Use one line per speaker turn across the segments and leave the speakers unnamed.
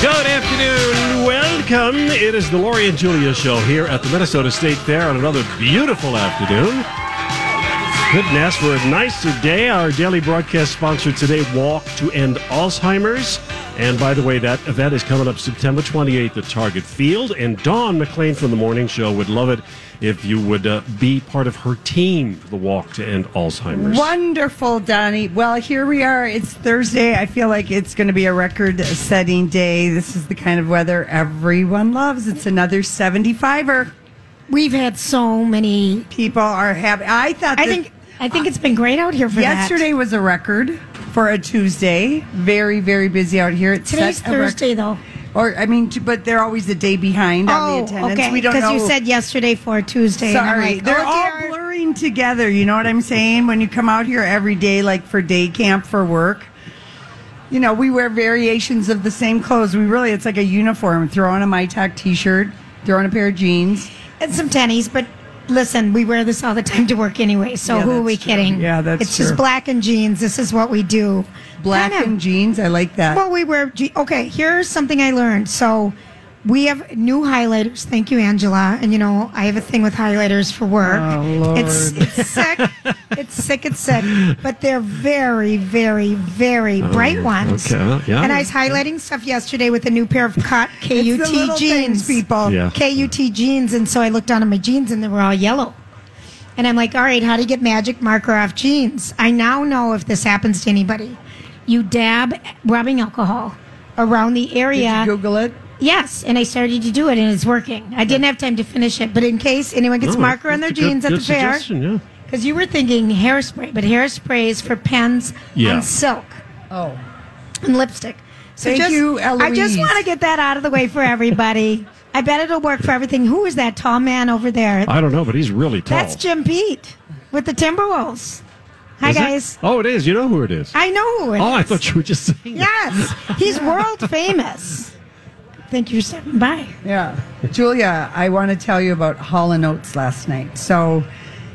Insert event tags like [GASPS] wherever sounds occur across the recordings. Good afternoon. Welcome. It is the Laurie and Julia show here at the Minnesota State Fair on another beautiful afternoon. Couldn't ask for a nicer day. Our daily broadcast sponsor today, Walk to End Alzheimer's. And by the way, that event is coming up September 28th at Target Field. And Dawn McLean from The Morning Show would love it if you would uh, be part of her team for the Walk to End Alzheimer's.
Wonderful, Donnie. Well, here we are. It's Thursday. I feel like it's going to be a record setting day. This is the kind of weather everyone loves. It's another 75er.
We've had so many.
People are happy. I thought
I
that
think I think it's been great out here for
yesterday
That.
was a record for a Tuesday. Very, very busy out here. It's
Today's Thursday though.
Or, I mean, t- but they're always a day behind on the attendance.
Oh, okay.
We don't
Because
know.
you said yesterday for Tuesday. and I'm
Sorry,
like,
they're
oh,
all
dear.
blurring together. You know what I'm saying? When you come out here every day, like for day camp, for work, you know, we wear variations of the same clothes. We really, it's like a uniform. Throw on a MyTalk t-shirt, throw on a pair of jeans.
and some tennies, but listen, we wear this all the time to work anyway. So
Yeah,
who are
that's
we
true.
kidding?
Yeah, that's
it's
true.
just black and jeans. This is what we do.
Black
Kind of-
and jeans, I like that.
Well, we wear. je- Okay, here's something I learned. So we have new highlighters. Thank you, Angela. And you know, I have a thing with highlighters for work.
Oh, Lord.
It's it's sick.
[LAUGHS]
it's sick. It's sick. But they're very, very, very
Oh,
bright ones.
okay, well, yeah.
And I was highlighting stuff yesterday with a new
[LAUGHS]
pair of cut KUT
it's the little
jeans.
things, people.
Yeah.
KUT jeans, and so I looked down at my jeans, and they were all yellow. And I'm like, all right, how do you get magic marker off jeans? I now know if this happens to anybody, you dab rubbing alcohol around the
Did
area.
you Google it?
yes, and I started to do it, and it's working. I didn't have time to finish it, but in case anyone gets
No,
marker on their
Oh, that's a
jeans
good-
at the
good
fair,
suggestion, yeah.
because you were thinking hairspray, but hairspray is for pens
Yeah.
on silk
Oh,
and lipstick. So
Thank
just,
you,
I just
Eloise.
want to get that out of the way for everybody. I bet it'll work for everything. Who is that tall man over there?
I don't know, but he's really tall.
That's Jim Pete with the Timberwolves. Hi
Is it?
guys.
Oh, it is. You know who it is.
I know who it
Oh, I
is.
thought you were just saying. that.
Yes, he's
[LAUGHS]
world famous. Thank you for stopping by.
yeah. Julia, I want to tell you about Hall and Oates last night. So,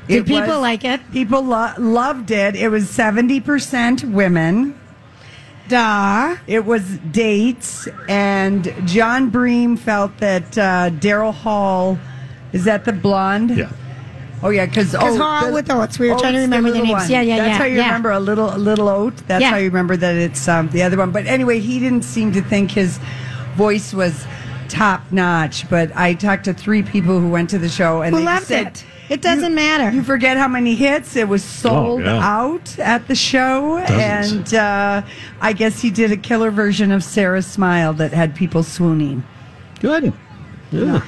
Do
it
people
was-
like it?
People lo- loved it. It was seventy percent women.
Duh.
It was dates, and John Bream felt that uh, Daryl Hall is that the blonde?
Yeah.
Oh yeah, because
Because Hall with Oates. We were trying to remember the names. Yeah, yeah,
That's
yeah,
how you
yeah.
remember a little a little oat. That's
Yeah.
how you remember that it's um, the other one. But anyway, he didn't seem to think his voice was top notch. But I talked to three people who went to the show and
Who
they
loved
said-
it? It doesn't matter.
you forget how many hits it was sold
Oh, yeah.
out at the show,
Dozens.
and uh, I guess he did a killer version of Sarah Smile that had people swooning.
Good. Yeah.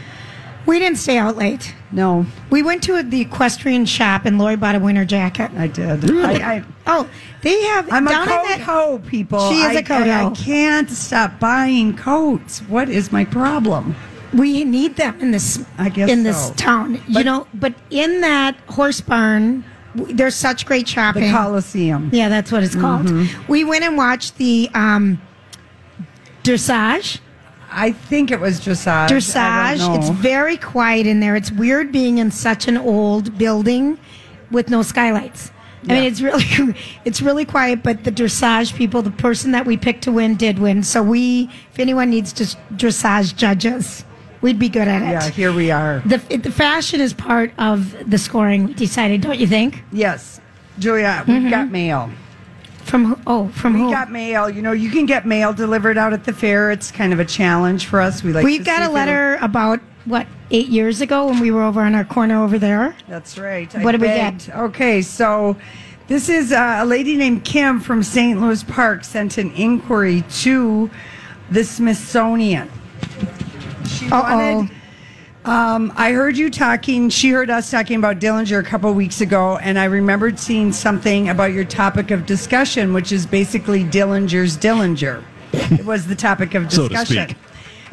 we didn't stay out late.
No,
We went to the equestrian shop and Lori bought a winter jacket.
I did.
Really?
I, I,
Oh, they have
I'm
down
a coat
in that
ho, people.
She is
a
a coat
I,
ho.
can't stop buying coats. What is my problem?
we need them in this
I guess
in this
so.
town. you
But-
know, but in that horse barn, w- there's such great
The Mm-hmm.
shopping.
Coliseum.
Yeah, that's what it's called. We went and watched the um, dressage.
I think it was dressage. I don't
Dressage.
know.
It's very quiet in there. It's weird being in such an old building with no skylights. I mean,
Yeah.
it's really, [LAUGHS] it's really quiet. But the dressage people, the person that we picked to win, did win. So we, if anyone needs to dressage judges, we'd be good at it.
yeah, here we are.
The, the fashion is part of the scoring. We decided, don't you think?
Yes, Julia, we've got mail.
From who? Mm-hmm. Oh, from
We
who?
got mail. You know, you can get mail delivered out at the fair. It's kind of a challenge for us. We like.
we
to
got
see
a
if
letter about what eight years ago when we were over on our corner over there.
it'll- That's right.
What do we
begged. Okay, so this is uh, a lady named Kim from St. Louis Park sent an inquiry to the Smithsonian. She
Uh
wanted. Um, I heard you talking. She heard us talking about Dillinger a couple weeks ago, and I remembered seeing something about your topic of discussion, which is basically Dillinger's Dillinger. it was the topic of
So to
discussion.
speak.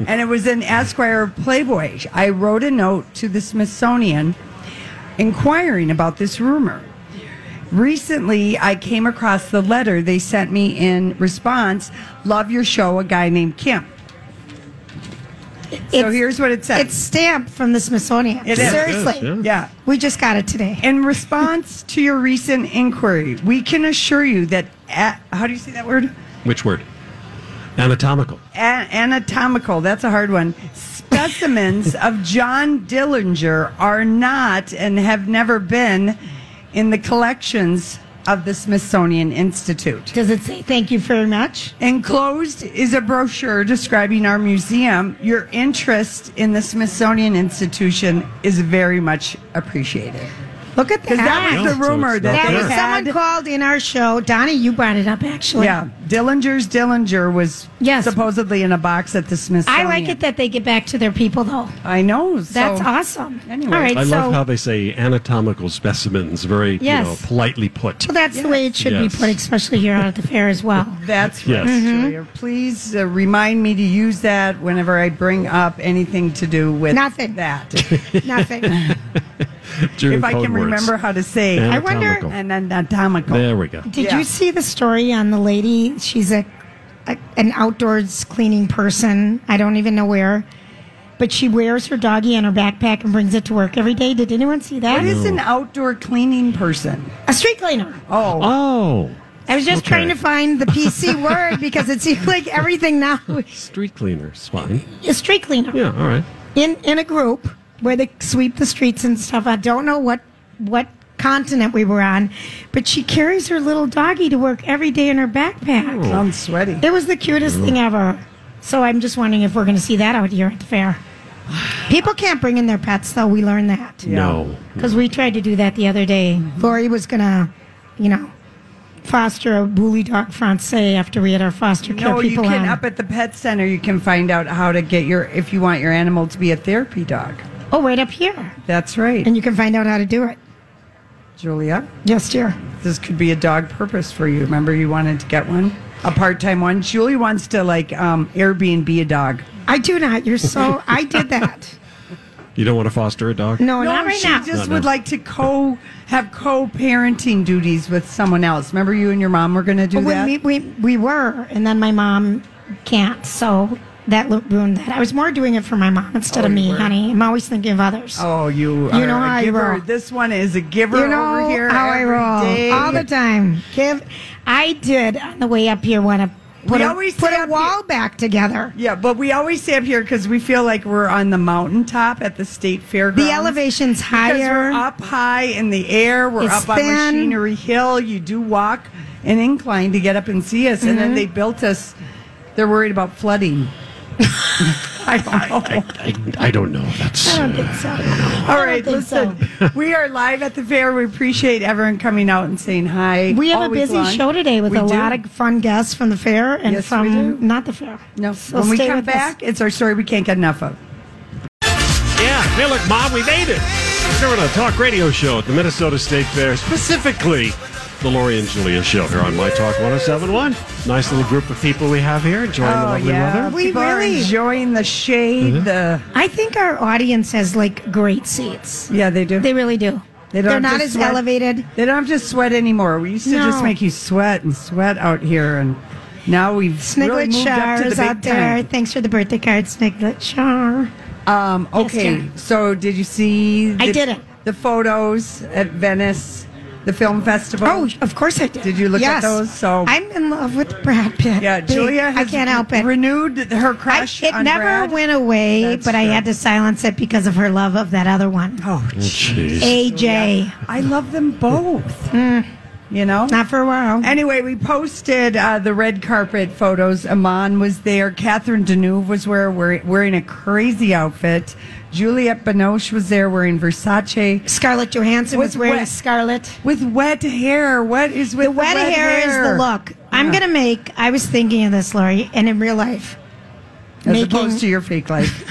and it was in Esquire Playboy. I wrote a note to the Smithsonian inquiring about this rumor. Recently, I came across the letter they sent me in response Love your show, a guy named Kim.
oh.
so here's what it says.
It's stamped from the Smithsonian.
It is.
Seriously.
Yes, yeah.
yeah.
We just got it today.
In response to your recent inquiry, we can assure you that a how do you say that word?
Which word? Anatomical.
A- anatomical, that's a hard one. Specimens of John Dillinger are not and have never been in the collections of the Smithsonian Institute.
Does it say thank you very much?
Enclosed is a brochure describing our museum. Your interest in the Smithsonian Institution is very much appreciated.
Look at
Because that was
Yeah,
the
so it's
rumor
not there.
that, they
That was
had.
someone called in our show. Donnie, you brought it up actually.
Yeah, Dillinger's Dillinger was
Yes.
supposedly in a box at the
I
Smithsonian.
like it that they get back to their people though.
I know. so-
That's awesome.
Anyway.
All right,
I
so
love how they say anatomical specimens, very
Yes.
you know, politely put.
well, that's the way it should
Yes.
be put, especially here out at the fair as
[LAUGHS]
well.
That's right.
Yes.
Mm-hmm.
Julia. Please uh, remind me to use that whenever I bring up anything to do with
[LAUGHS]
Nothing.
That
Nothing.
During
if I
code
can
words.
remember how to say
I wonder-
Anatomical.
an anatomical.
There we go.
Did
Yeah.
you see the story on the lady? She's a, a an outdoors cleaning person. I don't even know where, but she wears her doggy on her backpack and brings it to work every day. Did anyone see that?
What is an outdoor cleaning person?
a street cleaner.
Oh,
Oh,
I was just
Okay.
trying to find the [LAUGHS] PC word because it seems like everything now
street cleaners, fine.
is street cleaner
Yeah, all right.
in in a group where they sweep the streets and stuff. I don't know what what continent we were on, but she carries her little doggy to work every day in her backpack.
I'm
Oh.
sweaty.
It was the cutest thing ever. So I'm just wondering if we're going to see that out here at the fair. People can't bring in their pets, though. We learned that
No.
because we tried to do that the other day. Lori was going to, you know, foster a bully dog francais after we had our foster care
No, you
people
can
on.
up at the pet center. You can find out how to get your if you want your animal to be a therapy dog.
oh, right up here,
That's right,
and you can find out how to do it
Julia.
just here.
This could be a dog purpose for you. Remember, you wanted to get one, a part-time one. Julie wants to like um, Airbnb a dog.
I do not. You're so. I did that.
You don't want to foster a dog?
No, Oh, not right
she
now.
just
Not
would
now.
like to co have co-parenting duties with someone else. Remember, you and your mom were going to do
Oh, When
that.
we, we, we were, and then my mom can't, so that lu- ruined that. I was more doing it for my mom instead of me, honey. I'm always thinking of others.
oh, you.
You
are
know
a
how I
giver.
roll.
This one is a giver
you know
over here.
how I
every
roll
day.
all the time. Give. I did on the way up here want to put
We
a,
always
put
say
a
up
wall back together.
yeah, but we always stay up here because we feel like we're on the mountaintop at the state fairgrounds.
The elevation's
Because
higher.
We're up high in the air. We're
It's
up on
thin.
Machinery Hill. You do walk an incline to get up and see us. And then
Mm-hmm.
they built us. They're worried about flooding. [LAUGHS]
[LAUGHS]
I don't know.
I, I don't know. That's.
I don't
uh,
think so.
All right,
think
listen. we are live at the fair. We appreciate everyone coming out and saying hi.
We have
all
a
week
busy
long.
show today with
We
a
do.
lot of fun guests from the fair and
Yes, we do.
from not the fair.
No,
So
when we
stay
come
with us.
back, it's our story we can't get enough of.
Yeah. Hey, look, Mom, we made it. We're doing a talk radio show at the Minnesota State Fair, specifically the Lori and Julia show here on My Talk 1071. Nice little group of people we have here enjoying
Oh,
the lovely weather. Mm-hmm.
We
Oh, People are
really-
enjoying the shade. The
I think our audience has like great seats.
yeah, they do.
They really do.
They don't
They're
have
not
to
as
sweat.
elevated.
They don't have to sweat anymore. We used to just
No.
make you sweat and sweat out here, and now we've really
Sniglet
moved up
Shar
to the
is
big
out there.
time.
Thanks for the birthday card, Sniglet Shar.
Um, okay,
Jen.
so did you see? The,
I didn't.
The photos at Venice, the film festival.
Oh, of course I did.
Did you look at
yes.
those? So-
I'm in love with Brad Pitt.
yeah,
Big.
Julia. Has
I can't help it.
Renewed her
I-
crush.
it
on
never
Brad.
went away,
That's
but I
true.
had to silence it because of her love of that other one,
Oh,
Jeez.
AJ.
I love them both. you know?
Mm. Not for a while.
Anyway, we posted uh, the red carpet photos. Amon was there. Catherine Deneuve was wear, wear, wearing a crazy outfit. Juliette Binoche was there wearing Versace.
Scarlett Johansson was
With
wearing
wet-
scarlet.
With wet hair. What Uh-huh. is with
The wet hair, is the look. I'm gonna make. I was thinking of this, Lori, and in real life,
As
making-
opposed to your fake life.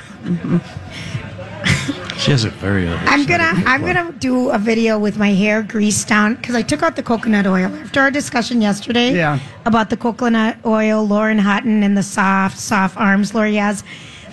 She has a very. uh,
I'm gonna.
exciting
I'm
look.
gonna do a video with my hair greased down because I took out the coconut oil after our discussion yesterday.
Yeah.
About the coconut oil, Lauren Hutton, and the soft, soft arms Lori has.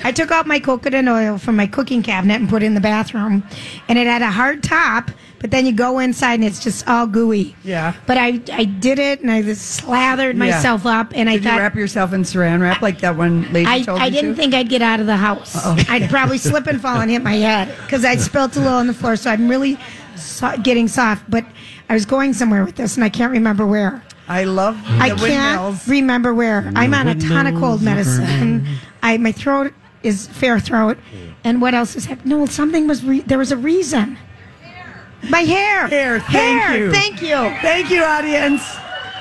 I took out my coconut oil from my cooking cabinet and put it in the bathroom, and it had a hard top. But then you go inside and it's just all gooey.
Yeah.
But I, I did it and I just slathered
Yeah.
myself up and [LAUGHS] I
Did
thought
you wrap yourself in saran wrap like that one lady
I,
told you
I didn't
to?
think I'd get out of the house.
[LAUGHS]
I'd probably slip and fall and hit my head because I spilt a little on the floor. So I'm really so- getting soft. But I was going somewhere with this and I can't remember where.
I love the
I
windmills.
can't remember where. I'm on a ton of cold medicine. I my throat is fair throat. And what else is happening? No, something was re- there was a reason. My hair.
Hair, thank
Hair,
you.
Thank you.
Thank you, audience.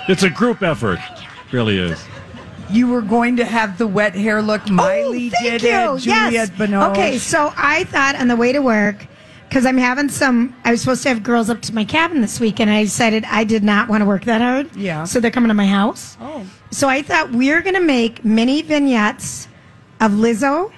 It's a group effort. Really is.
You were going to have the wet hair look. Miley
oh, thank
did
you.
it. Juliette
yes.
Binoche.
Okay, so I thought on the way to work, because I'm having some, I was supposed to have girls up to my cabin this week, and I decided I did not want to work that hard.
Yeah.
So they're coming to my house.
Oh.
So I thought we are going to make mini vignettes of Lizzo,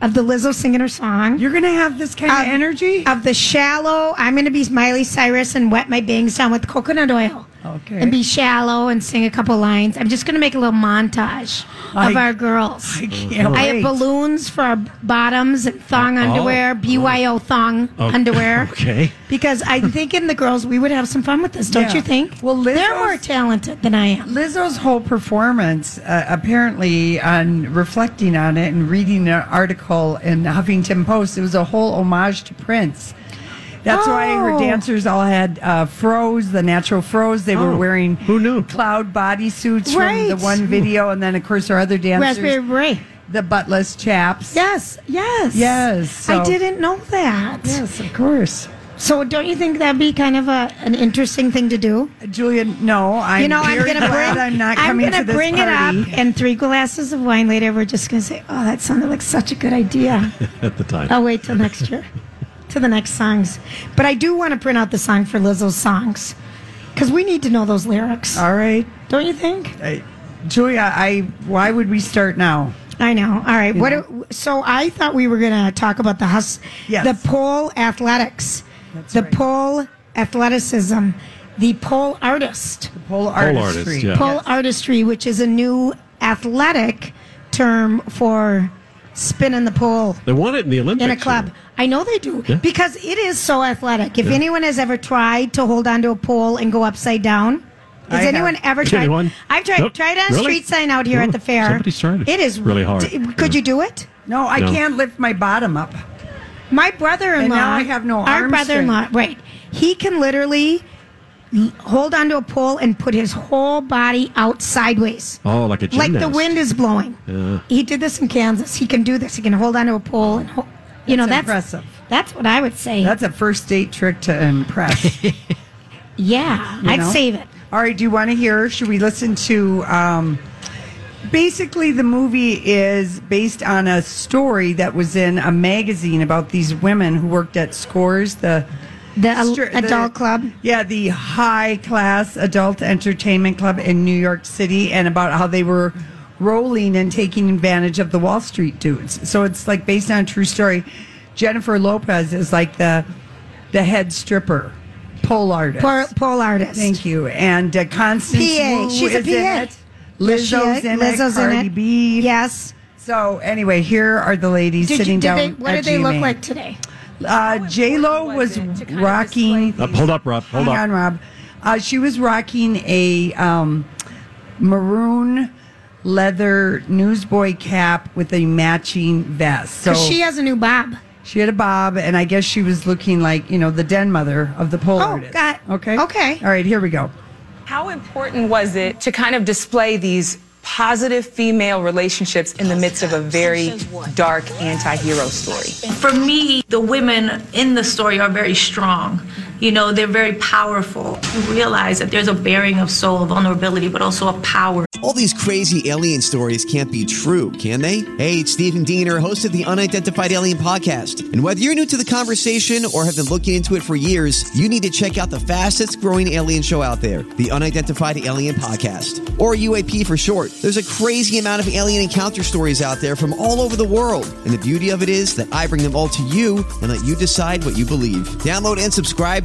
of the Lizzo singing her song.
You're gonna have this kind
Of-
of energy.
Of the shallow, I'm going to be Miley Cyrus and wet my bangs down with coconut oil.
Okay.
And be shallow and sing a couple lines. I'm just going to make a little montage of
I-
our girls.
I [LAUGHS] can't
I
wait.
have balloons for our bottoms and thong
Oh.
underwear, BYO thong
Oh. [LAUGHS]
underwear.
[LAUGHS] Okay.
Because I think in the girls, we would have some fun with this, don't
Yeah.
you think?
Well,
they're
Lizzo's-
more talented than I am.
Lizzo's whole performance, uh, apparently, on reflecting on it and reading an article in the Huffington Post, it was a whole homage to Prince. That's why her
Oh.
dancers all had uh, froze, the natural froze. They
Oh,
were wearing
who knew?
cloud bodysuits from
Right.
the one video, and then of course her other dancers,
Raspberry Beret.
the buttless chaps.
Yes, yes.
Yes, so-
I didn't know that.
Yes, of course.
So don't you think that'd be kind of a, an interesting thing to do?
Julia, no, I'm
you know, I'm
very
going to
glad
bring,
I'm not
I'm
coming
gonna
to this
bring
party.
it up, and three glasses of wine later, we're just going to say, oh, that sounded like such a good idea.
At the time.
I'll wait till next year, [LAUGHS] to the next songs. But I do want to print out the song for Lizzo's songs because we need to know those lyrics,
All right,
don't you think?
I, Julia, I. Why would we start now?
I know. All right. What? do- so I thought we were going to talk about the hus-
Yes.
the pole athletics, the
right.
pole athleticism, the pole artist.
Pole artistry.
artist, yeah.
pole artistry, which is a new athletic term for spinning the pole
They won it in the Olympics.
in a club. I know they do
Yeah.
because it is so athletic. If anyone has ever tried to hold onto a pole and go upside down, has
I have.
anyone ever tried?
[LAUGHS] Anyone?
I've tried.
Nope.
Tried on a
Really?
street sign out here
Really?
at the fair.
Somebody's tried it.
It is
Really hard.
d- Could
Yeah.
you do it?
No, I
No.
can't lift my bottom up.
My brother-in-law.
And now I have no
Our
arm
brother-in-law, right? He can literally l- hold onto a pole and put his whole body out sideways.
Oh, like a
like
gymnast.
the wind is blowing. He did this in Kansas. He can do this. He can hold onto a pole and hold, you know that's
impressive.
That's what I would say.
That's a first date trick to
[LAUGHS]
impress. you
yeah, I'd
know?
save it.
All right, do you want to hear? Should we listen to? Um, basically, the movie is based on a story that was in a magazine about these women who worked at Scores, the
The al-
Str- the-
adult club.
Yeah, the high class adult entertainment club in New York City, and about how they were rolling and taking advantage of the Wall Street dudes. So it's like based on a true story. Jennifer Lopez is like the the head stripper, pole artist.
Pole, pole artist.
Thank you. And uh, Constance
PA.
Wu
She's a
is in
PA.
it. Lizzo's
She-
in
Lizzo's
it. Cardi
in it.
B.
Yes.
So anyway, here are the ladies
Did
sitting
you, did
down.
They, what
at
did they
GMA.
look like today?
Uh, J Lo was rocking.
Up, Uh, hold up, Rob. Hold
Hang on,
up.
Rob. Uh, she was rocking a um, maroon leather newsboy cap with a matching vest. So
'Cause she has a new bob.
she had a bob, and I guess she was looking like you know the den mother of the pole
Oh,
artist.
got-
Okay.
okay.
All right. Here we go.
How important was it to kind of display these positive female relationships in the midst of a very dark anti hero story?
For me, the women in the story are very strong. You know, they're very powerful. You realize that there's a bearing of soul, a vulnerability, but also a power.
All these crazy alien stories can't be true, can they? Hey, it's Stephen Diener, host of the Unidentified Alien Podcast. And whether you're new to the conversation or have been looking into it for years, you need to check out the fastest growing alien show out there, the Unidentified Alien Podcast, or UAP for short. There's a crazy amount of alien encounter stories out there from all over the world. And the beauty of it is that I bring them all to you and let you decide what you believe. Download and subscribe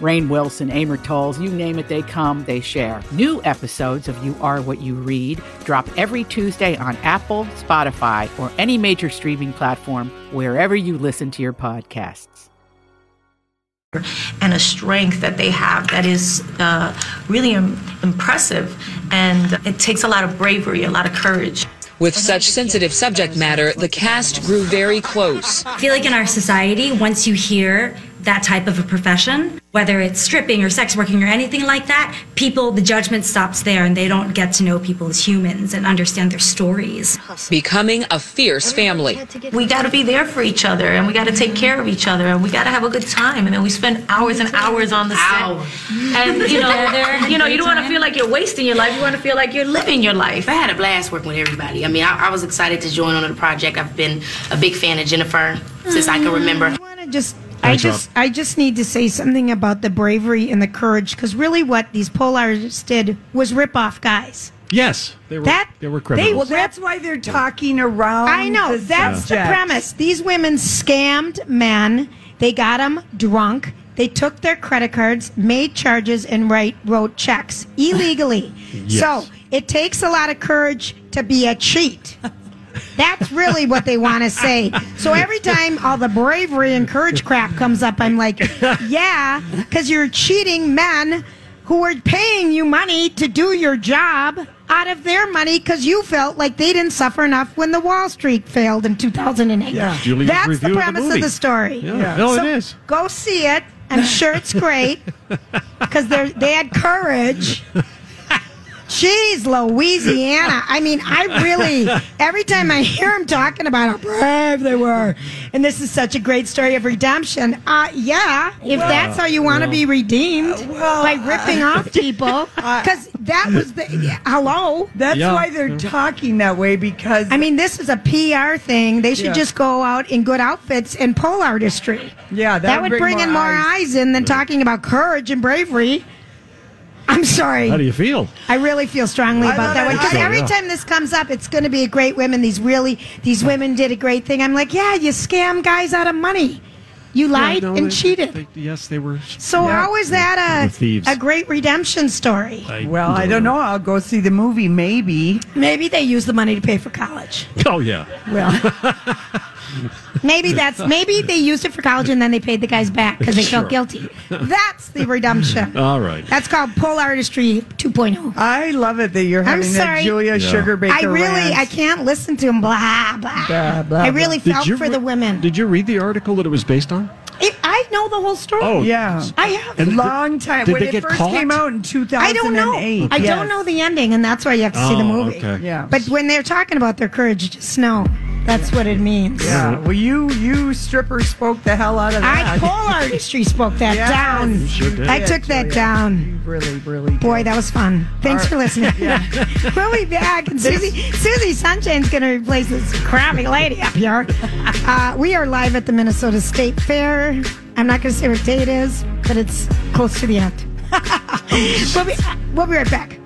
Rain Wilson, Amor Tolls, you name it, they come, they share. New episodes of You Are What You Read drop every Tuesday on Apple, Spotify, or any major streaming platform wherever you listen to your podcasts.
and a strength that they have that is uh, really im- impressive. And it takes a lot of bravery, a lot of courage.
With such sensitive subject matter, the cast grew very close.
I feel like in our society, once you hear that type of a profession, whether it's stripping or sex working or anything like that, people, the judgment stops there and they don't get to know people as humans and understand their stories.
Becoming a fierce family.
We got to be there for each other, and we got to take care of each other, and we got to have a good time. And then we spend hours and hours on the set. And you know, you know, you don't want to feel like you're wasting your life. You want to feel like you're living your life.
I had a blast working with everybody. I mean, I, I was excited to join on the project. I've been a big fan of Jennifer since I
Mm.
can remember.
I wanna just I just I just need to say something about the bravery and the courage because really what these poll artists did was rip off guys.
Yes, they were.
That-
they were
they
criminals.
Well, that's why they're talking around.
I know.
the
That's the
subject.
premise. These women scammed men. They got them drunk. They took their credit cards, made charges, and write, wrote checks illegally. So it takes a lot of courage to be a cheat. That's really what they want to say. So every time all the bravery and courage crap comes up, I'm like, yeah, because you're cheating men who are paying you money to do your job out of their money because you felt like they didn't suffer enough when the Wall Street failed in 2008.
Yeah.
Julie's
That's
review
the
of the
premise of the,
movie.
story.
Yeah. Yeah. No, Oh, it is.
Go see it. I'm sure it's great
[LAUGHS]
because they had courage. Jeez, Louisiana. I mean, I really, every time I hear him talking about how brave they were, and this is such a great story of redemption. Uh, yeah, if that's how you want to be redeemed by ripping off people, because that was the, yeah, hello.
That's
Yeah.
why they're talking that way because
I mean, this is a PR thing. They should
Yeah.
just go out in good outfits and pole artistry.
yeah, that,
That would bring, in more eyes in
Mm-hmm.
than talking about courage and bravery. I'm sorry.
How do you feel?
I really feel strongly
I
about
love
that one
it.
because
Yeah,
every
yeah.
time this comes up, it's going to be a great women. These really, these women did a great thing. I'm like, yeah, you scam guys out of money, you lied
No,
and
they-
cheated.
they- yes, they were.
so how is
They were
that
thieves.
a a great redemption story?
I
Well, I don't know. I'll go see the movie. Maybe
Maybe they used the money to pay for college.
Oh yeah.
Well.
[LAUGHS]
Maybe that's maybe they used it for college and then they paid the guys back because they felt guilty. That's the redemption.
All right.
That's called pole artistry oh. 2.0.
I love it that you're
I'm
having that
sorry.
Julia
Yeah.
Sugar Baker.
I really
rant.
I can't listen to him blah blah.
Blah, blah,
I really felt for
re-
the women.
Did you read the article that it was based on?
It- I know the whole story.
Oh,
Yeah,
I have.
And-
long time
Did
when
they
it
get
first
caught?
came out in 2008.
I don't know. I don't know the ending, and that's why you have to see the
Oh,
movie.
okay.
Yeah.
But when they're talking about their courage, just know that's what it means.
Yeah. Well, you you stripper spoke the hell out of
I
that.
pole artistry spoke that
Yes.
down.
You sure did.
I took that down.
You really, really.
Boy,
did.
that was fun. Thanks for listening. [LAUGHS] we'll be back. And Susie, Susie Sunshine's going to replace this crappy lady up here. Uh, we are live at the Minnesota State Fair. I'm not going to say what day it is, but it's close to the end. we'll, be, we'll be right back.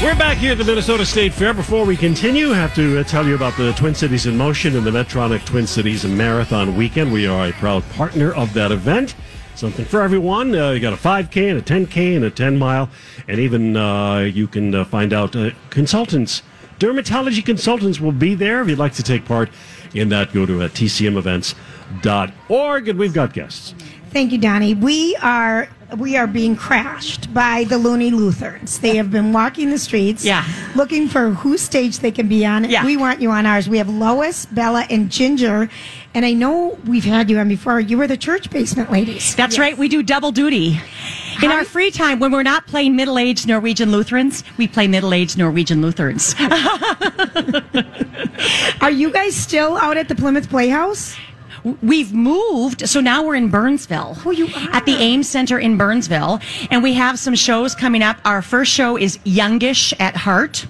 We're back here at the Minnesota State Fair. Before we continue, I have to uh, tell you about the Twin Cities in Motion and the Medtronic Twin Cities Marathon Weekend. We are a proud partner of that event. Something for everyone. Uh, you got a 5K and a 10K and a 10 mile, and even uh, you can uh, find out uh, consultants, dermatology consultants will be there. If you'd like to take part in that, go to uh, tcmevents.org, and we've got guests.
Thank you, Donnie. We are we are being crashed by the loony Lutherans. They have been walking the streets
Yeah.
looking for whose stage they can be on.
Yeah.
We want you on ours. We have Lois, Bella, and Ginger. And I know we've had you on before. You were the church basement ladies.
That's right. We do double duty. In our free time, when we're not playing middle aged Norwegian Lutherans, we play middle aged Norwegian Lutherans.
Are you guys still out at the Plymouth Playhouse?
We've moved, so now we're in Burnsville. Oh, you are. At the Ames Center in Burnsville. And we have some shows coming up. Our first show is Youngish at Heart.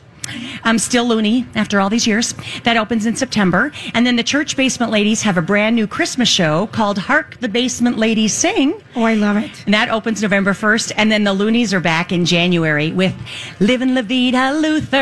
I'm still loony after all these years. That opens in September. And then the Church Basement Ladies have a brand new Christmas show called Hark the Basement Ladies Sing.
Oh, I love it.
And that opens November 1st. And then the loonies are back in January with Livin' La Vida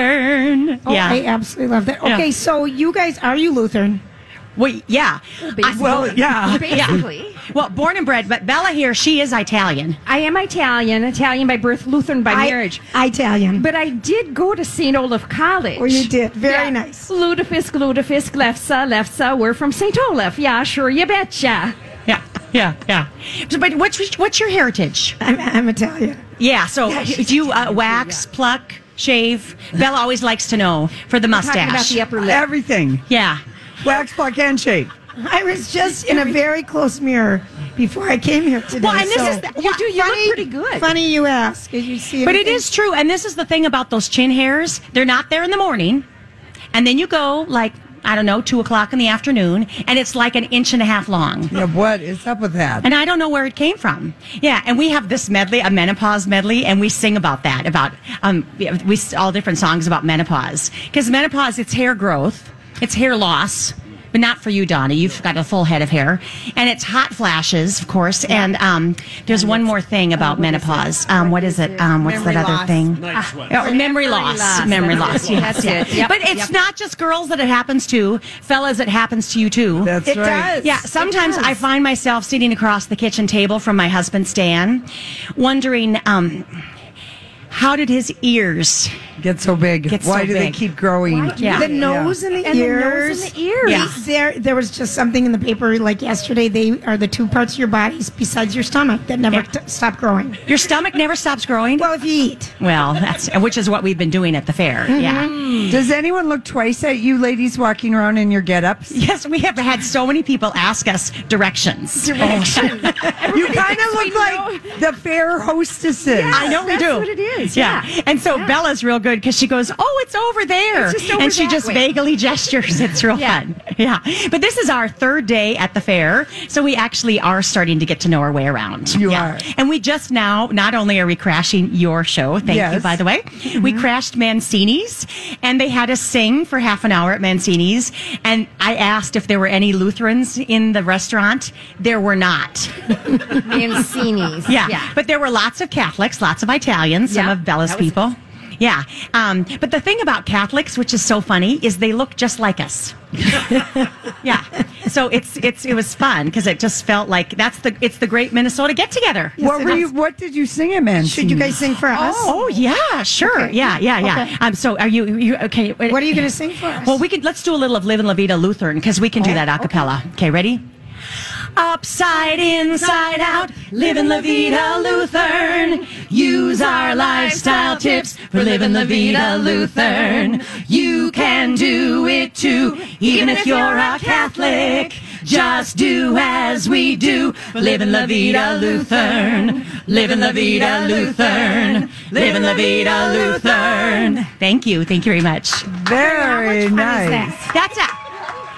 Lutheran.
Oh, I absolutely love that.
Yeah.
Okay, so you guys, are you Lutheran? Oh,
Well, yeah.
Basically.
well,
[LAUGHS]
yeah.
Basically.
Yeah. Well, born and bred, but Bella here, she is Italian.
I am Italian, Italian by birth, Lutheran by
I-
marriage.
Italian.
But I did go to St. Olaf College.
Oh, you did. Very nice.
Ludafisk, Ludafisk, Lefsa, Lefsa. We're from St. Olaf. Yeah, sure, you betcha.
Yeah, yeah, yeah. So, but what's what's your heritage?
I'm, I'm Italian.
Yeah, so do you uh, wax, pluck, shave? Bella always likes to know for the
We're talking
mustache.
about the upper lip. Everything.
Yeah.
Wax, block, and shape.
I was just in a very close mirror before I came here today.
Well, and this is the-
you do you funny, look pretty
good.
Funny you ask. Did you see?
But it
anything?
is true, and this is the thing about those chin hairs. They're not there in the morning, and then you go like I don't know, two o'clock in the afternoon, and it's like an inch and a half long.
Yeah, what is up with that?
And I don't know where it came from. Yeah, and we have this medley, a menopause medley, and we sing about that. About um, yeah, we s- all different songs about menopause because menopause it's hair growth, it's hair loss, but not for you, Donnie. You've got a full head of hair, and it's hot flashes, of course. And um, there's one more thing about menopause. um, what is it? Um, what's
Memory
that other
loss.
thing?
Night
Ah,
sweats.
yeah, or memory
Memory
loss.
loss.
Memory
Memory
loss.
loss.
Yes,
That's
yes.
it. Yep,
But it's
yep.
not just girls that it happens to. Fellas, it happens to you too. That's
It right. does.
Yeah. Sometimes I find myself sitting across the kitchen table from my husband Stan, wondering um, how did his ears
get so big?
Get
Why
so
do they
big?
keep growing? Why do
Yeah.
The nose and the
And the
ears.
nose and the ears.
Yeah.
There, there was just something in the paper like yesterday. They are the two parts of your bodies besides your stomach that never t- stop growing.
Your stomach never stops growing.
Well, if you eat.
Well, that's which is what we've been doing at the fair.
Mm-hmm.
Yeah.
Does anyone look twice at you ladies walking around in your get-ups?
Yes, we have had so many people ask us directions. Directions.
You
[LAUGHS]
kind of look like the fair hostesses.
[LAUGHS] I know we do. Yeah. And so Bella's real good because she goes, "Oh, it's over there,"
It's just over
and she
that
just
way.
vaguely gestures. It's real fun. Yeah. But this is our third day at the fair, so we actually are starting to get to know our way around. You
are.
And we just now not only are we crashing your show, thank you
Yes.
by the way, we crashed Mancini's, and they had us sing for half an hour at Mancini's, and I asked if there were any Lutherans in the restaurant. There were not.
Mancini's.
Yeah. But there were lots of Catholics, lots of Italians, some
Yeah,
of Bella's
that was-
people. Yeah. Um, but the thing about Catholics, which is so funny, is they look just like us. yeah. So it's it's it was fun because it just felt like that's the it's the great Minnesota get together.
What were you? What did you sing him in?
Should you guys sing for us?
Oh, yeah, sure.
Okay.
Yeah, yeah, yeah.
Okay.
Um, so are you, you okay?
What are you gonna sing for us?
Well, we could, let's do a little of Live and La Vida Lutheran because we can do that a cappella. Okay. ready? Upside, inside out, living La Vida Lutheran. Use our lifestyle tips for living La Vida Lutheran. You can do it too, even if you're a Catholic. Just do as we do, living La Vida Lutheran. Living La Vida Lutheran. Living La Vida Lutheran. Thank you. Thank you very much.
Very nice.
That's a.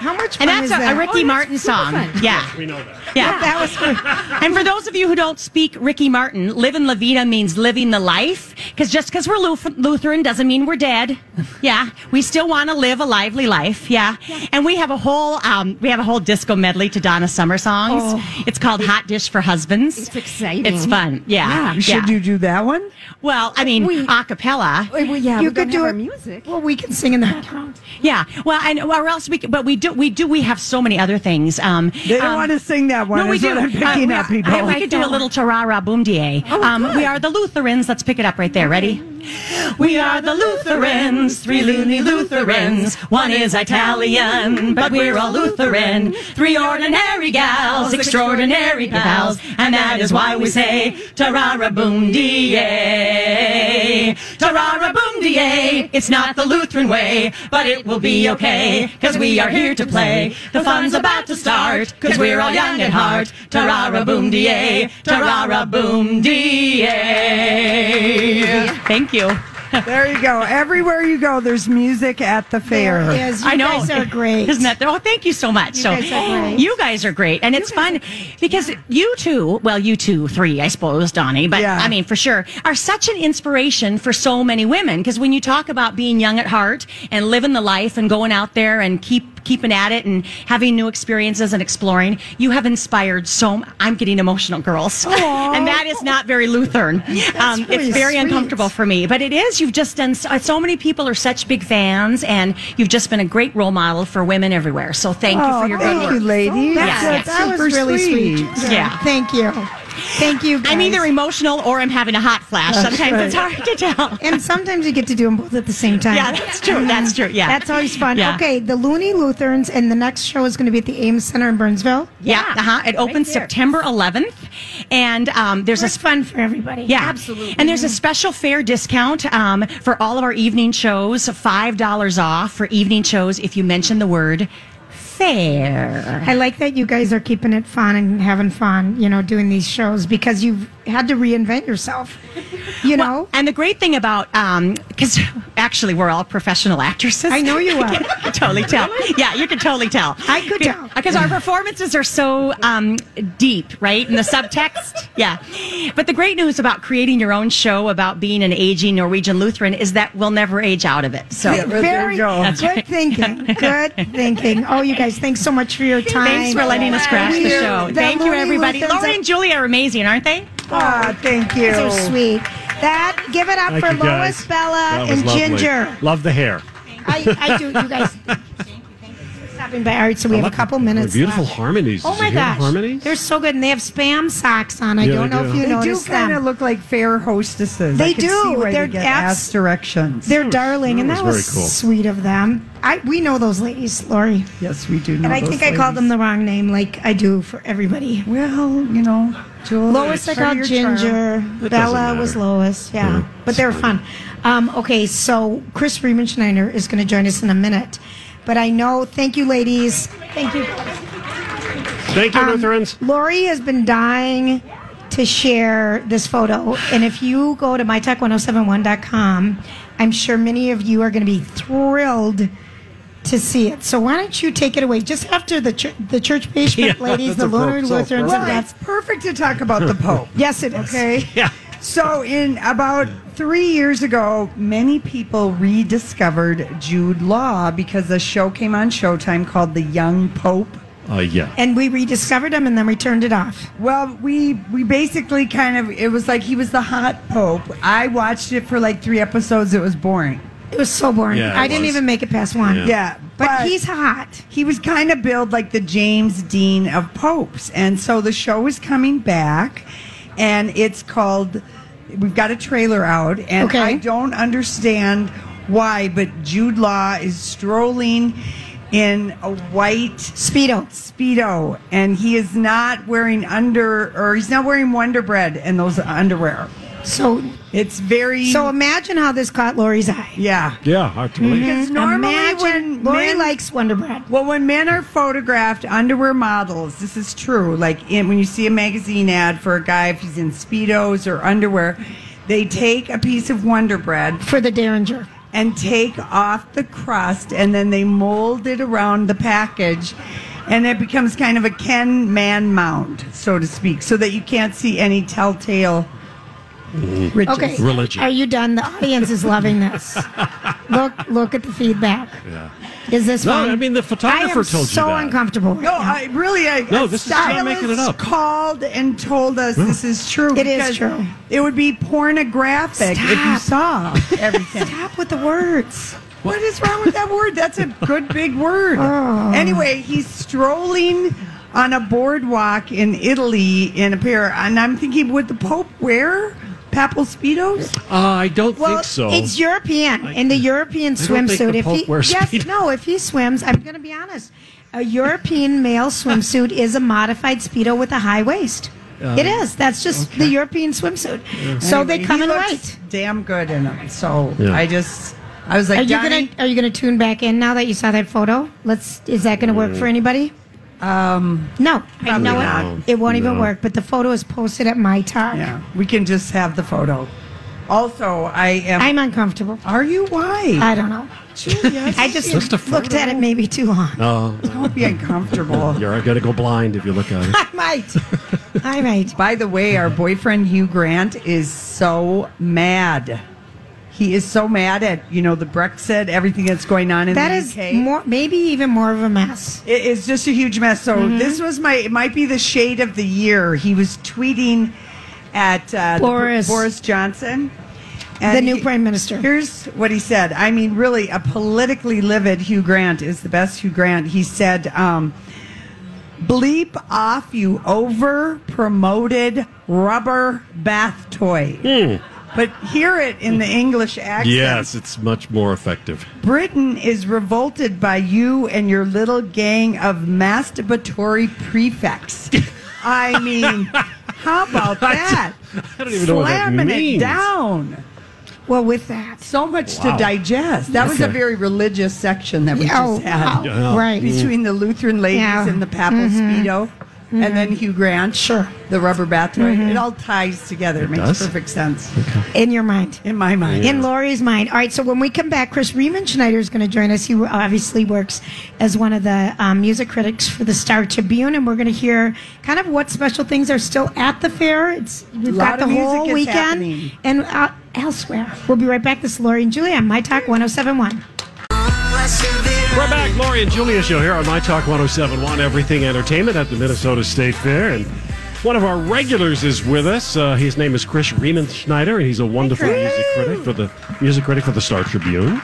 How much fun
And that's
is
a,
that?
a
Oh,
Ricky Martin song. Yeah.
We know that.
Yeah. That was for. and for those of you who don't speak Ricky Martin, living La Vida means living the life. Because just because we're Luf- Lutheran doesn't mean we're dead. Yeah. We still want to live a lively life. Yeah. And we have a whole um, we have a whole disco medley to Donna Summer songs. It's called Hot Dish for Husbands. Oh. It's
exciting.
It's fun. Yeah.
Should
Yeah.
you do that one?
Well, I mean, a cappella.
Well, yeah,
You
we don't
could do
have our
it-
music.
Well, we can sing in the background.
Yeah. Well, and or else we, c- but we do, we do, we have so many other things. Um,
They don't
um,
want to sing that one.
No, we
is
do.
What I'm
Uh,
picking
we-
up people.
Oh, I- we could do a little tarara boom die. um, we are the Lutherans. Let's pick it up right there. Ready? We are the Lutherans, three loony Lutherans. One is Italian, but we're all Lutheran. Three ordinary gals, extraordinary pals, and that is why we say Tarara Boom Die. Tarara Boom Die. It's not the Lutheran way, but it will be okay, cause we are here to play. The fun's about to start, cause we're all young at heart. Tarara Boom Die. Tarara Boom Die. Thank you.
There you go. Everywhere you go, there's music at the fair.
There is. You I know. guys are great. Isn't that? Oh, thank you so much.
You
so
guys are great.
you guys are great, and it's fun because you two, well, you two, three, I suppose, Donnie, but I mean for sure, are such an inspiration for so many women. Because when you talk about being young at heart and living the life and going out there and keep keeping at it and having new experiences and exploring, you have inspired so. I'm getting emotional, girls, and that is not very Lutheran. Um,
really
it's very
sweet.
uncomfortable uncomfortable for me, but it is. You've just done so, so many people are such big fans, and you've just been a great role model for women everywhere. So thank you
Oh,
for your
thank
good
you,
work.
ladies.
Yeah,
That's-
yeah.
that's That was super really sweet. sweet.
Yeah.
Yeah.
thank you. Thank you. I'm either emotional or I'm having a hot flash.
That's
Sometimes
right.
it's hard to tell.
And sometimes you get to do them both at the same time.
Yeah, that's true. That's true. Yeah.
That's always fun.
Yeah.
Okay, the Looney Lutherans, and the next show is going to be at the Ames Center in Burnsville.
Yeah, uh-huh. it opens September 11th, and um, there's a
fun for everybody.
Yeah,
Absolutely.
And there's a special fair discount um, for all of our evening shows, five dollars off for evening shows if you mention the word fair.
I like that you guys are keeping it fun and having fun, you know, doing these shows because you've had to reinvent yourself. You know,
and the great thing about because [LAUGHS] actually we're all professional actresses.
I know you
[LAUGHS]
are.
I can totally tell. Yeah, you can totally tell. I could tell because our [LAUGHS] performances are so um, deep, right? In the subtext, [LAUGHS] yeah. But the great news about creating your own show about being an aging Norwegian Lutheran is that we'll never age out of it. So
very
That's
good
right. [LAUGHS]
thinking. Good thinking. Oh, you guys, thanks so much for your time.
Thanks for letting us crash the
We're
show.
the
Thank you,
Looney
everybody.
Luthans.
Lori and Julie are amazing, aren't they?
Ah, thank you.
So sweet. That give it up
Thank
for
you, guys.
Lois, Bella,
That was
and
lovely.
Ginger.
Love the hair.
I, I do. You guys, thank you, thank you for [LAUGHS] stopping by. All right, so we
I
have
love
a couple
the- the
minutes.
beautiful
left.
harmonies.
Oh
Did you
my
hear the
gosh,
harmonies?
they're so good, and they have spam socks on. I
Yeah,
don't
they
know if
do.
you
They
They do
noticed
kind of
them.
look like fair hostesses.
They
I can
do.
See why
They're
they get
abs-
asked directions.
They're darling, and
That
that
was
was
very cool.
sweet of them. I we know those ladies, Lori,
Oh,
yes, we do. Know
and I
those
think I called
ladies.
them the wrong name, like I do for everybody.
Well, you know, Julie,
Lois, I
it's part
called
of your charm.
Ginger.
It doesn't
Bella was
matter.
Lois. Yeah,
Yeah,
but they were fun. Um, okay, so Chris Riemenschneider is going to join us in a minute, but I know. Thank you, ladies. Thank you.
Thank you,
Um,
Lutherans.
Lori has been dying to share this photo. And if you go to mytech1071.com, I'm sure many of you are going to be thrilled to see it. So why don't you take it away? Just after the, chur the
[LAUGHS]
church basement
Yeah,
ladies,
that's
the
appro-
Lunar
so
Lutherans, and
appropriate.
that's
perfect to talk about the Pope.
Yes, it is.
Okay. Yeah. So, in about three years ago, many people rediscovered Jude Law because a show came on Showtime called The Young Pope.
Uh, yeah.
And we rediscovered him and then we turned it off.
Well, we we basically kind of it was like he was the hot pope. I watched it for like three episodes. It was boring.
It was so boring.
Yeah, it
I didn't
was.
even make it past one.
Yeah, but,
he's hot.
He was kind of billed like the James Dean of popes, and so the show is coming back, and it's called. We've got a trailer out, and
Okay.
I don't understand why, but Jude Law is strolling in a white
speedo,
speedo, and he is not wearing under or he's not wearing Wonder Bread and those underwear.
So
it's very
So imagine how this caught Lori's eye.
yeah.
Yeah, hard to
Mm-hmm.
believe.
Because normally
Imagine-
when
Lori
men-
likes Wonder Bread.
Well, when men are photographed underwear models, this is true. Like in, when you see a magazine ad for a guy if he's in speedos or underwear, they take a piece of Wonder Bread
for the Derringer
and take off the crust, and then they mold it around the package, and it becomes kind of a Ken man mound, so to speak, so that you can't see any telltale. Riches.
Okay. Are you done? The audience is
[LAUGHS]
loving this. look look at the feedback.
Yeah.
Is this
No,
fun?
I mean, the photographer
I am
told you
so
that.
uncomfortable.
No, I really. I,
No, this is not making it
stylist
up.
Called and told us
Yeah.
this is true.
It is
because
true.
It would be pornographic if you
[LAUGHS]
saw everything.
Stop with the words.
what is wrong with that word? That's a good big word.
Oh.
Anyway, he's strolling on a boardwalk in Italy in a pair, and I'm thinking, would the Pope wear papal speedos?
Uh, I don't think so.
It's European in the European
I don't think
swimsuit.
the
if he
Pope wears
yes,
speedos.
no, if he swims, I'm going to be honest. A European male swimsuit is a modified speedo with a high waist.
Uh,
it is. That's just the European swimsuit. So they
Anyway,
come
he
in
looks
white.
Damn good in them. So
Yeah.
I just, I was like,
are you
Donnie,
gonna Are you gonna tune back in now that you saw that photo? Let's. Is that gonna work for anybody? Um, no, I
Mm. probably
know
not.
it. It won't even
No.
work. But the photo is posted at my tar.
Yeah, [LAUGHS] we can just have the photo. Also, I am.
I'm uncomfortable.
Are you? Why?
I don't know. I just
Just a
looked at it maybe too long.
Oh,
Uh,
Don't be
[LAUGHS]
uncomfortable.
you're going to go blind if you look
[LAUGHS]
at it.
I might. I might.
By the way, our boyfriend Hugh Grant is so mad. He is so mad at you know the Brexit, everything that's going on in
That
the
is
UK.
more, maybe even more of a mess.
It is just a huge mess. So
Mm-hmm.
this was my. It might be the shade of the year. He was tweeting at uh, the-
Boris.
Boris Johnson,
The new prime minister.
Here's what he said. I mean, really, a politically livid Hugh Grant is the best Hugh Grant. He said, um, "Bleep off, you over-promoted rubber bath toy." But hear it in the English accent.
Yes, it's much more effective.
Britain is revolted by you and your little gang of masturbatory prefects.
[LAUGHS]
I mean, how about that?
I don't even know what that
Slamming
means.
it down.
Well, with that,
so much
Wow.
to digest. That was a
Okay.
very religious section that we
Yeah,
just
oh,
had,
wow. Yeah. Right.
Between the Lutheran ladies
Yeah. Mm-hmm.
and the papal speedo, and then Hugh Grant, sure, the rubber bath toy.
Mm-hmm.
It all ties together. It makes
does?
perfect sense
In your mind.
in my mind.
In Lori's mind. All right, so when we come back, Chris Riemann Schneider is going to join us. He obviously works as one of the um, music critics for the Star Tribune, and we're going to hear kind of what special things are still at the fair. It's We've got
Lot
the
of music
whole
is
weekend
happening.
and uh, elsewhere. We'll be right back. This is Lori and Julie on My Talk 1071.
We're back, Lori and Julia show here on My Talk 1071 Everything Entertainment at the Minnesota State Fair. And one of our regulars is with us. Uh, his name is Chris Riemann Schneider, and he's a wonderful
Chris.
music critic for the music critic for the Star Tribune.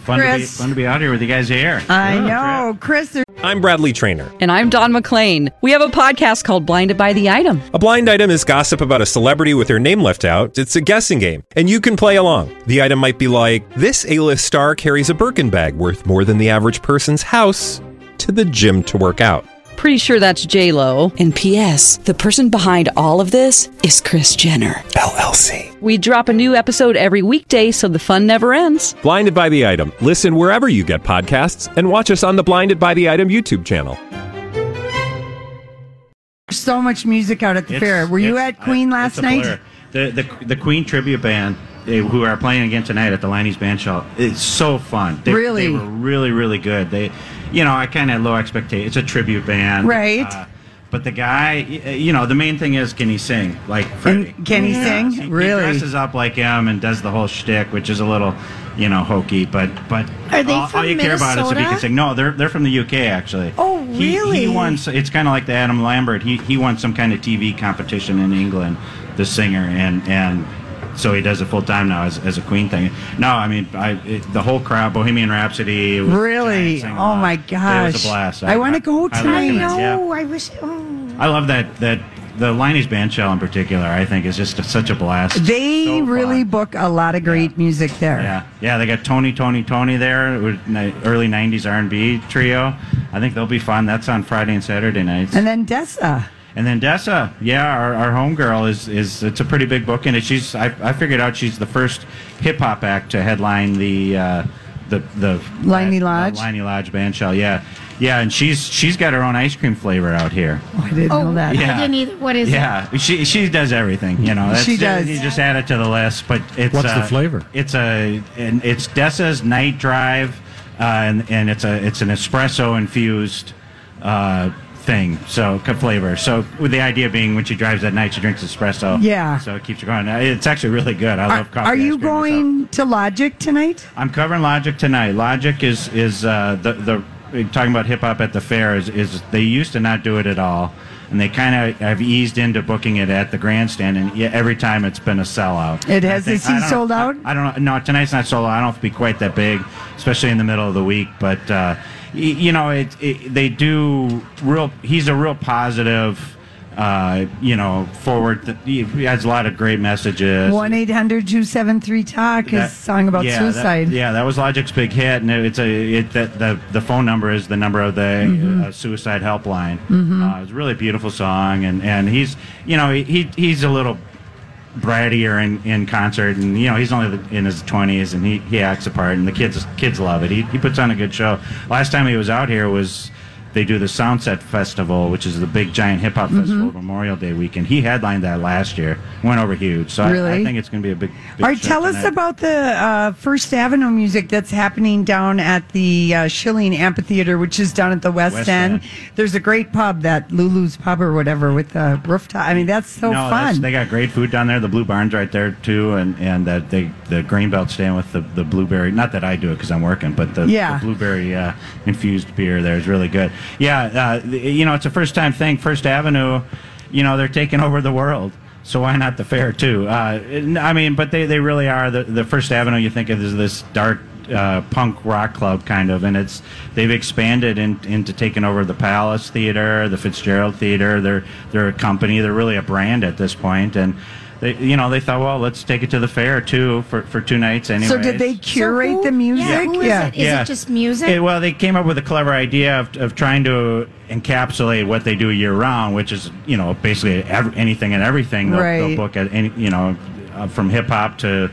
Fun to, be,
Chris.
fun to be out here with you guys here.
I know, Chris. there-
I'm Bradley Trainer.
And I'm Don McClain. We have a podcast called Blinded by the Item.
A blind item is gossip about a celebrity with their name left out. It's a guessing game, and you can play along. The item might be like this: A-list star carries a Birkin bag worth more than the average person's house to the gym to work out.
Pretty sure that's J Lo. And P.S. The person behind all of this is Chris Jenner
LLC.
We drop a new episode every weekday, so the fun never ends.
Blinded by the item. Listen wherever you get podcasts, and watch us on the Blinded by the Item YouTube channel.
So much music out at the
It's-
fair. Were you
it's-
at Queen
it's
last
a
night?
blur. The, the the Queen tribute band, eh, who are playing again tonight at the Liney's Band Show, it's so fun. They,
Really?
they were really really good. They, you know, I kind of had low expectations. It's a tribute band,
Right.
Uh, but the guy, y- eh, you know, the main thing is can he sing like Freddie?
Can he sing?
He-
really?
He dresses up like him and does the whole shtick, which is a little, you know, hokey. But but
Are they
all,
from
all you care about is if he can
Minnesota?
sing. No, they're they're from the UK actually.
Oh,
He-
really?
He, won. s- It's kind of like the Adam Lambert. He he won some kind of TV competition in England, the singer, and and so he does it full time now as, as a Queen thing. No, I mean I it, the whole crowd, Bohemian Rhapsody. it was
Really?
giant
Oh
sing-along.
my gosh!
It was a blast.
I, want to
highly
go tonight.
recommend it, yeah.
Oh, I wish. Oh.
I love that that the Liney's band shell in particular. I think is just such a blast.
They really book a lot of great music there.
Yeah, yeah, they got Tony, Tony, Tony there, with ni- early '90s R&B trio. I think they'll be fun. That's on Friday and Saturday nights.
And then Dessa.
And then Dessa, yeah, our, our homegirl is is it's a pretty big book, and she's I, I figured out she's the first hip hop act to headline the uh, the the
Liney
the
Lodge?
Liney Lodge band shell. Yeah, yeah, and she's she's got her own ice cream flavor out here.
Oh, I didn't know that.
Yeah.
I didn't either. What is it?
Yeah, she she does everything. You know, that's,
She does.
You just add it to the list, but it's
What's the
uh,
flavor?
It's a and it's Dessa's Night Drive, uh, and and it's a it's an espresso infused uh, thing. So ca- flavor. So with the idea being, when she drives at night, she drinks espresso.
Yeah.
So it keeps her going. Uh, It's actually really good. I
Are,
love coffee.
are
ice
you
cream myself.
going to Logic tonight?
I'm covering Logic tonight. Logic is is uh, the the talking about hip hop at the fair is, is they used to not do it at all, and they kind of have eased into booking it at the grandstand, and yeah, every time it's been a sellout.
It
I
has-
think-
is he
I don't-
sold out?
I, I don't know. No, tonight's not sold out. I don't know if it'll be quite that big, especially in the middle of the week. But uh, y- you know, it, it they do real. He's a real positive uh, you know, forward. Th- he has a lot of great messages.
1 800 273 Talk, his
That-
song about
yeah, that-
suicide.
yeah, that was Logic's big hit, and it's a it that the the phone number is the number of the
Mhm.
uh, suicide helpline.
Mhm.
Uh, it's a really beautiful song, and and he's you know he- he he's a little brattier in, in concert, and you know he's only the- in his twenties, and he, he acts a part, and the kids kids love it. He he puts on a good show. Last time he was out here was. They do the Soundset Festival, which is the big giant hip hop
Mhm.
Mm-hmm.
festival Memorial Day weekend. He headlined that last year, went over huge. So [LAUGHS] I- I,
Really?
think it's going to be a big. big
All right,
show
tell us
tonight.
about the uh, First Avenue music that's happening down at the uh, Schilling Amphitheater, which is down at the West,
West
End. There's a great pub, that Lulu's Pub or whatever, with the rooftop. I mean, that's so
no, that's-
fun.
They got great food down there. The Blue Barn's right there too, and and uh, they the Greenbelt stand with the, the blueberry. Not that I do it because I'm working, but the,
Yeah.
the blueberry uh, infused beer there is really good. Yeah, uh, th- you know it's a first time thing. First Avenue, you know they're taking over the world. So why not the fair too? Uh, n- I mean, but they, they really are the the First Avenue. You think of is this dark uh, punk rock club kind of, and it's they've expanded in, into taking over the Palace Theater, the Fitzgerald Theater. They're they're a company. They're really a brand at this point, and they you know they thought, well, let's take it to the fair too for, for two nights anyway.
so, did they curate the music?
Yeah, who is it? Is
Yeah.
it just music?
Eh, well, they came up with a clever idea of, of trying to encapsulate what they do year round, which is you know basically ev- anything and everything. They'll, they'll
Right.
book at any you know uh, from hip hop to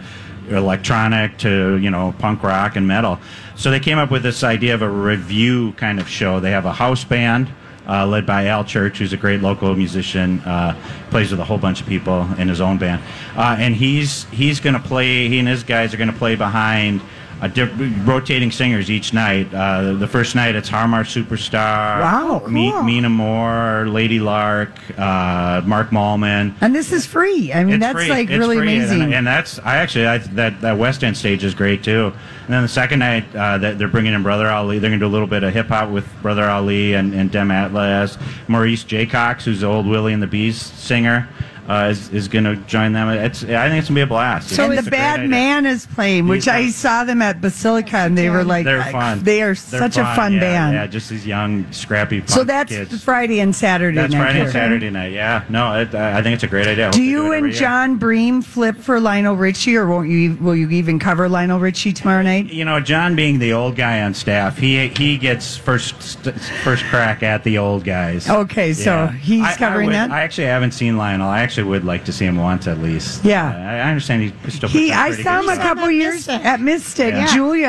electronic to you know punk rock and metal. So they came up with this idea of a review kind of show. They have a house band. Uh, led by Al Church, who's a great local musician, uh, plays with a whole bunch of people in his own band, uh, and he's he's going to play. He and his guys are going to play behind a diff- rotating singers each night. Uh, the first night it's Harmar Superstar,
Wow,
uh, Me-
cool.
Mina Moore, Lady Lark, uh, Mark Mallman.
And this is free. I mean,
It's
that's
free.
like
It's
really
free, and-
amazing.
and, that's I actually I, that that West End stage is great too. And then the second night uh, that they're bringing in Brother Ali, they're going to do a little bit of hip hop with Brother Ali and, and Dem Atlas, Maurice Jaycox, who's the old Willie and the Bees singer, uh, is is going to join them. It's I think it's going to be a blast.
so,
It's
and
a
the
great
Bad
idea.
Man is playing, which
These
I
are-
saw them at Basilica, and they were like,
they're fun.
they are
They're
such a fun
yeah,
band.
Yeah, just these young, scrappy. Punk
so that's
kids.
Friday and Saturday
That's
night.
Friday and
here.
Saturday night. Uh, Yeah, no, it, I I think it's a great idea. I hope
Do
they
you
it every
and
year.
John Bream flip for Lionel Richie, or won't you? Will you even cover Lionel Richie tomorrow night?
You know, John being the old guy on staff, he he gets first st- first crack at the old guys.
Okay, so he's
I- I
covering
would-
that?
I actually haven't seen Lionel. I actually would like to see him once at least.
Yeah.
Uh, I I understand he's still.
He,
puts out
I
pretty
saw
good
him a
stuff.
couple years at Mystic.
Yeah.
Julia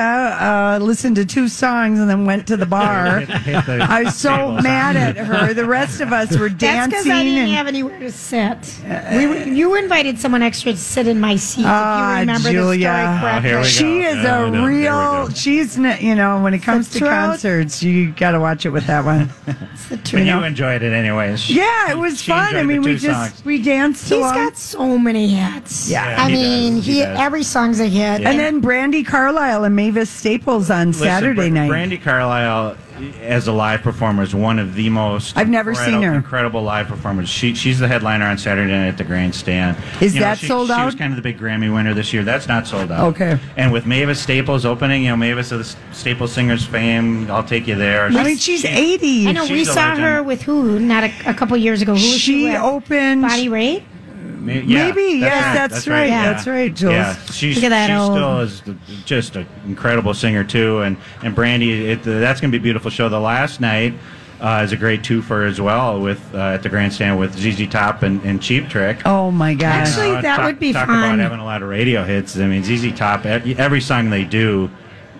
uh, listened to two songs and then went
[LAUGHS]
to the bar.
Hit- hit the
I was so
tables.
mad at her. The rest of us
[LAUGHS]
were
That's
dancing.
because I didn't
and- Uh,
have anywhere to sit. we were, you invited someone extra to sit in my seat. if you
Ah,
remember
Julia.
the story
Oh,
correctly.
She is
Yeah,
a
I know. Here we
real. She's n- you know when it comes to
throat.
concerts, you got to watch it with that one. it's the
But you enjoyed it anyways.
Yeah, it
[LAUGHS]
was
She enjoyed
fun. I
the
mean,
two
we just
songs.
we danced.
He's got so many hits.
Yeah. Yeah,
I
he does.
mean,
He
he,
does.
every song's a hit.
And then Brandy Carlisle and Mavis Staples on
Listen,
Saturday
Bra-
night.
Brandy Carlisle, as a live performer, is one of the most.
I've never seen
incredible-
her.
Incredible live performers. She she's the headliner on Saturday night at the Grandstand.
Is
know,
that
she-
sold
She
out?
was kind of the big Grammy winner this year. That's not sold out.
Okay.
And with Mavis Staples opening, you know Mavis of the S- Staples Singers fame. I'll take you there.
I mean, she's 80. I know. we
She's a
saw
legend.
her with who? Not a, a couple years ago. Who was she,
She
with?
opened-
Body Rate.
Ma- yeah,
Maybe, yes, that's right, that's right, Jules.
Yeah, she's,
Look at that
she
old-
still is th- just an incredible singer too, and and Brandy, it, that's going to be a beautiful show. The last night uh, is a great twofer as well with uh, at the grandstand with ZZ Top and, and Cheap Trick.
Oh my God!
You know, talk, talk about having a lot of radio hits. I mean, ZZ Top, e- every song they do,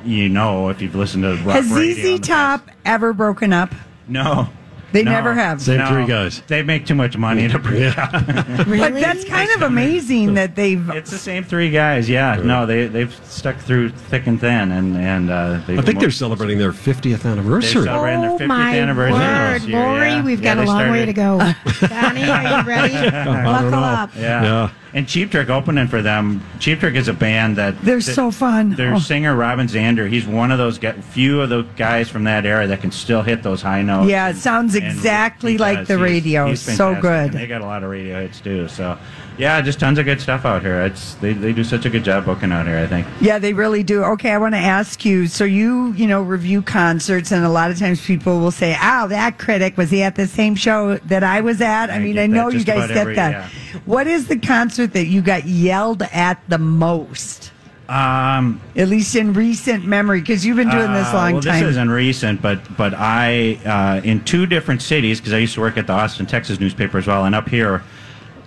you know, if you've listened to rock
Has
radio.
ZZ Top ever broken up?
No.
They
No.
never have.
No. They make too much money to break up.
But that's kind of amazing that they've.
It's the same three guys. Yeah, no, they they've stuck through thick and thin, and and uh, they've
I think they're celebrating their 50th anniversary.
They're celebrating their
Oh
50th
my
anniversary
word,
this year,
Lori,
yeah.
we've
Yeah,
got a
they
long
[LAUGHS]
way
started- [LAUGHS]
to go. Donnie, are you ready?
Oh, I don't
Buckle
know.
up.
Yeah. And Cheap Trick opening for them. Cheap Trick is a band that
They're
that-
so fun.
Their
Oh.
singer Robin Zander, he's one of those gu few of the guys from that era that can still hit those high notes.
Oh, Yeah, it sounds
And
exactly
he
like
does.
the
He's-
radio.
he's
So
fantastic.
good.
And they got a lot of radio hits too. So, yeah, just tons of good stuff out here. It's they, they do such a good job booking out here. I think.
Yeah, they really do. Okay, I want to ask you. So you, you know, review concerts, and a lot of times people will say, "Oh, that critic was he at the same show that I was at?" I, mean,
get
I
that
know you
just
guys
about
get
every-
that. What is the concert that you got yelled at the most?
Um,
at least in recent memory, because you've been doing this
Uh,
a long
well,
time.
This isn't recent, but but I uh, in two different cities because I used to work at the Austin, Texas newspaper as well, and up here,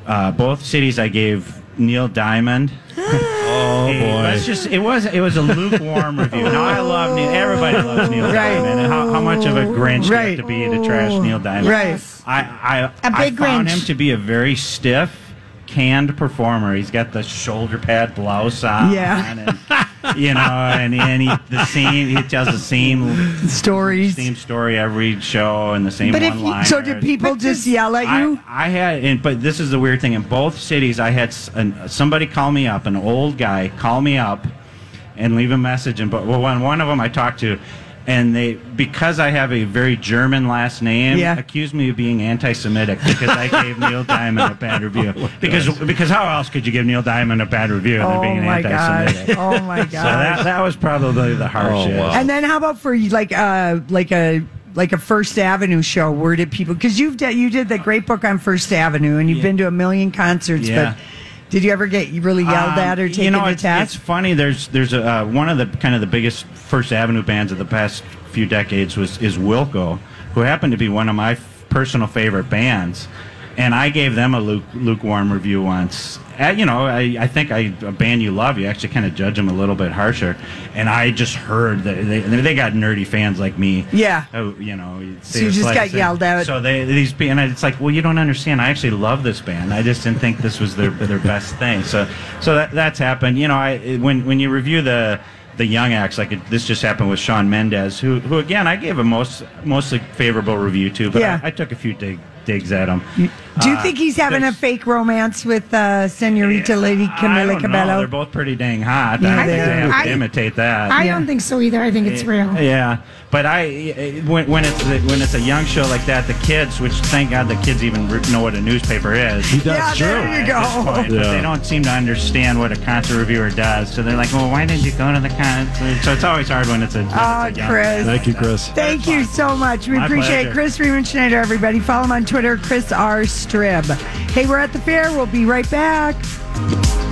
uh, both cities I gave Neil
[GASPS]
Diamond. oh
boy.
Let's just it was it was a lukewarm review. Now I love Neil. Everybody loves Neil
Right.
Diamond, and how, how much of a Grinch you have to be to trash Neil Diamond?
Right.
I I,
A big
I found
Grinch.
him to be a very stiff. Canned performer. He's got the shoulder pad blouse on.
Yeah.
and you know, and, and he, the same, he tells the same
stories,
same story every show, and the same
but if
one
you, so, did people just yell at you?
I, I had, and, but this is the weird thing. In both cities, I had s- an, somebody call me up, an old guy call me up, and leave a message. And but well, one one of them I talked to, and they because I have a very German last name,
Yeah.
accused me of being anti-Semitic because I gave
[LAUGHS]
Neil Diamond a bad review. because because how else could you give Neil Diamond a bad review
Oh
than being
my gosh!
anti-Semitic?
Oh
[LAUGHS]
my
So
gosh!
that, that was probably the hardship.
And then how about for like uh like a like a First Avenue show? Where did people? Because you've de- you did the great book on First Avenue, and you've been to a million concerts.
Yeah.
But did you ever get really yelled
Um,
at or taken
you know,
to
it's,
task?
it's funny. There's there's a, uh, one of the kind of the biggest First Avenue bands of the past few decades was is Wilco, who happened to be one of my f- personal favorite bands, and I gave them a luke, lukewarm review once. Uh, you know, I, I think I, a band you love, you actually kind of judge them a little bit harsher. And I just heard that they, they got nerdy fans like me.
Yeah.
Oh, you know. you'd
So
say
you
the
just got
slightest thing.
yelled at.
So they these pe- and it's like, well, you don't understand. I actually love this band. I just didn't think this was their their best thing. So so that that's happened. You know, I when when you review the the young acts, like it, this just happened with Sean Mendez, who who again I gave a most mostly favorable review to, but
Yeah.
I, I took a few dig, digs at him.
Do
Uh,
you think he's having a fake romance with uh, Senorita Lady
I
Camila
don't know.
Cabello?
They're both pretty dang hot.
Yeah,
I
they
think they
are.
have to
I-
imitate that.
I don't think so either. I think it's real.
Yeah, but I when, when it's the, when it's a young show like that, the kids, which thank God the kids even re- know what a newspaper is. He
does, Yeah, there true. you go. Yeah.
They don't seem to understand what a concert reviewer does, so they're like, "Well, why didn't you go to the concert?" So it's always hard when it's a. When
Ah,
Oh,
it's a young
Chris. Thank
you, Chris.
Thank you so much. We
My
appreciate it.
pleasure.
Chris Freeman Schneider, everybody. Follow him on Twitter, Chris R. Strib. Hey, we're at the fair. We'll be right back.